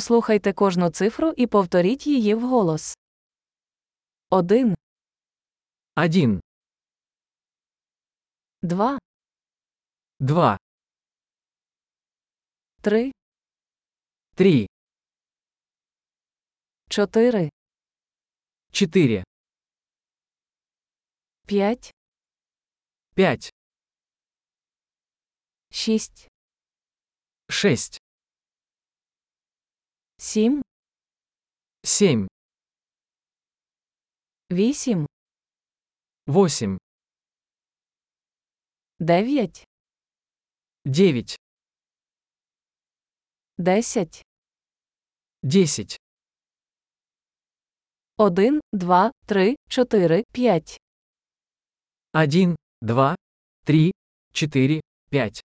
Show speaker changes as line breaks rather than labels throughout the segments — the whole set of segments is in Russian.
Послухайте кожну цифру і повторіть її вголос. 1,
Один,
2,
два,
3,
три,
4,
четыре,
5,
пять,
6,
шесть,
7,
семь,
8,
восемь,
9,
девять,
10,
десять,
1, 2, 3, 4, 5,
один, два, три, четыре, пять.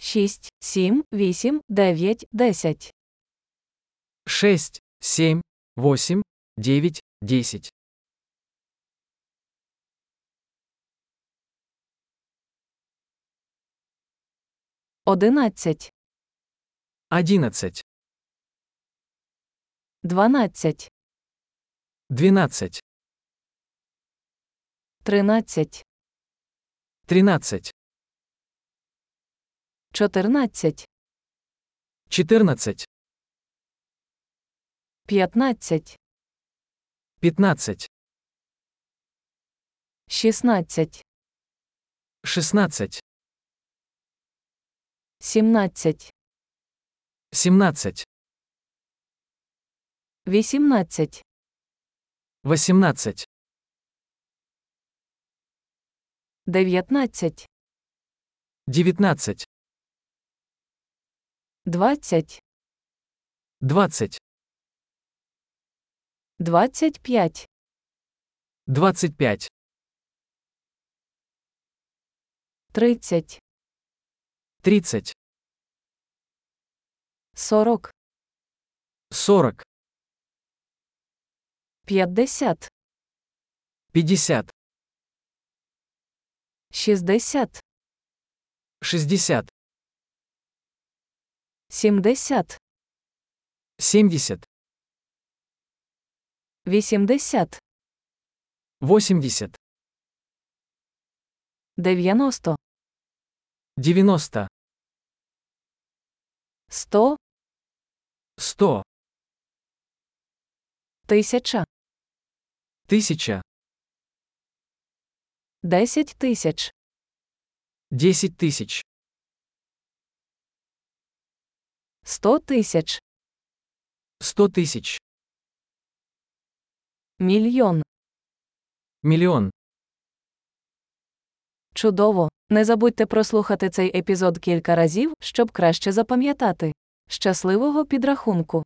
6, 7, 8, 9, 10,
Шесть, семь, восемь, девять, десять,
11,
одиннадцать,
12,
двенадцать,
13,
тринадцать,
14,
четырнадцать,
15,
пятнадцать,
16,
шестнадцать,
17,
семнадцать,
18,
восемнадцать,
19,
девятнадцать,
20,
двадцать,
25,
двадцать пять,
30,
тридцать,
40,
сорок,
50,
пятьдесят,
60,
шестьдесят.
70,
70,
80,
80,
90,
90,
100,
100,
1000,
1000,
10 тисяч,
10 тысяч,
100 тисяч,
100 тысяч,
мільйон.
миллион.
Чудово! Не забудьте прослухати цей епізод кілька разів, щоб краще запам'ятати. Щасливого підрахунку!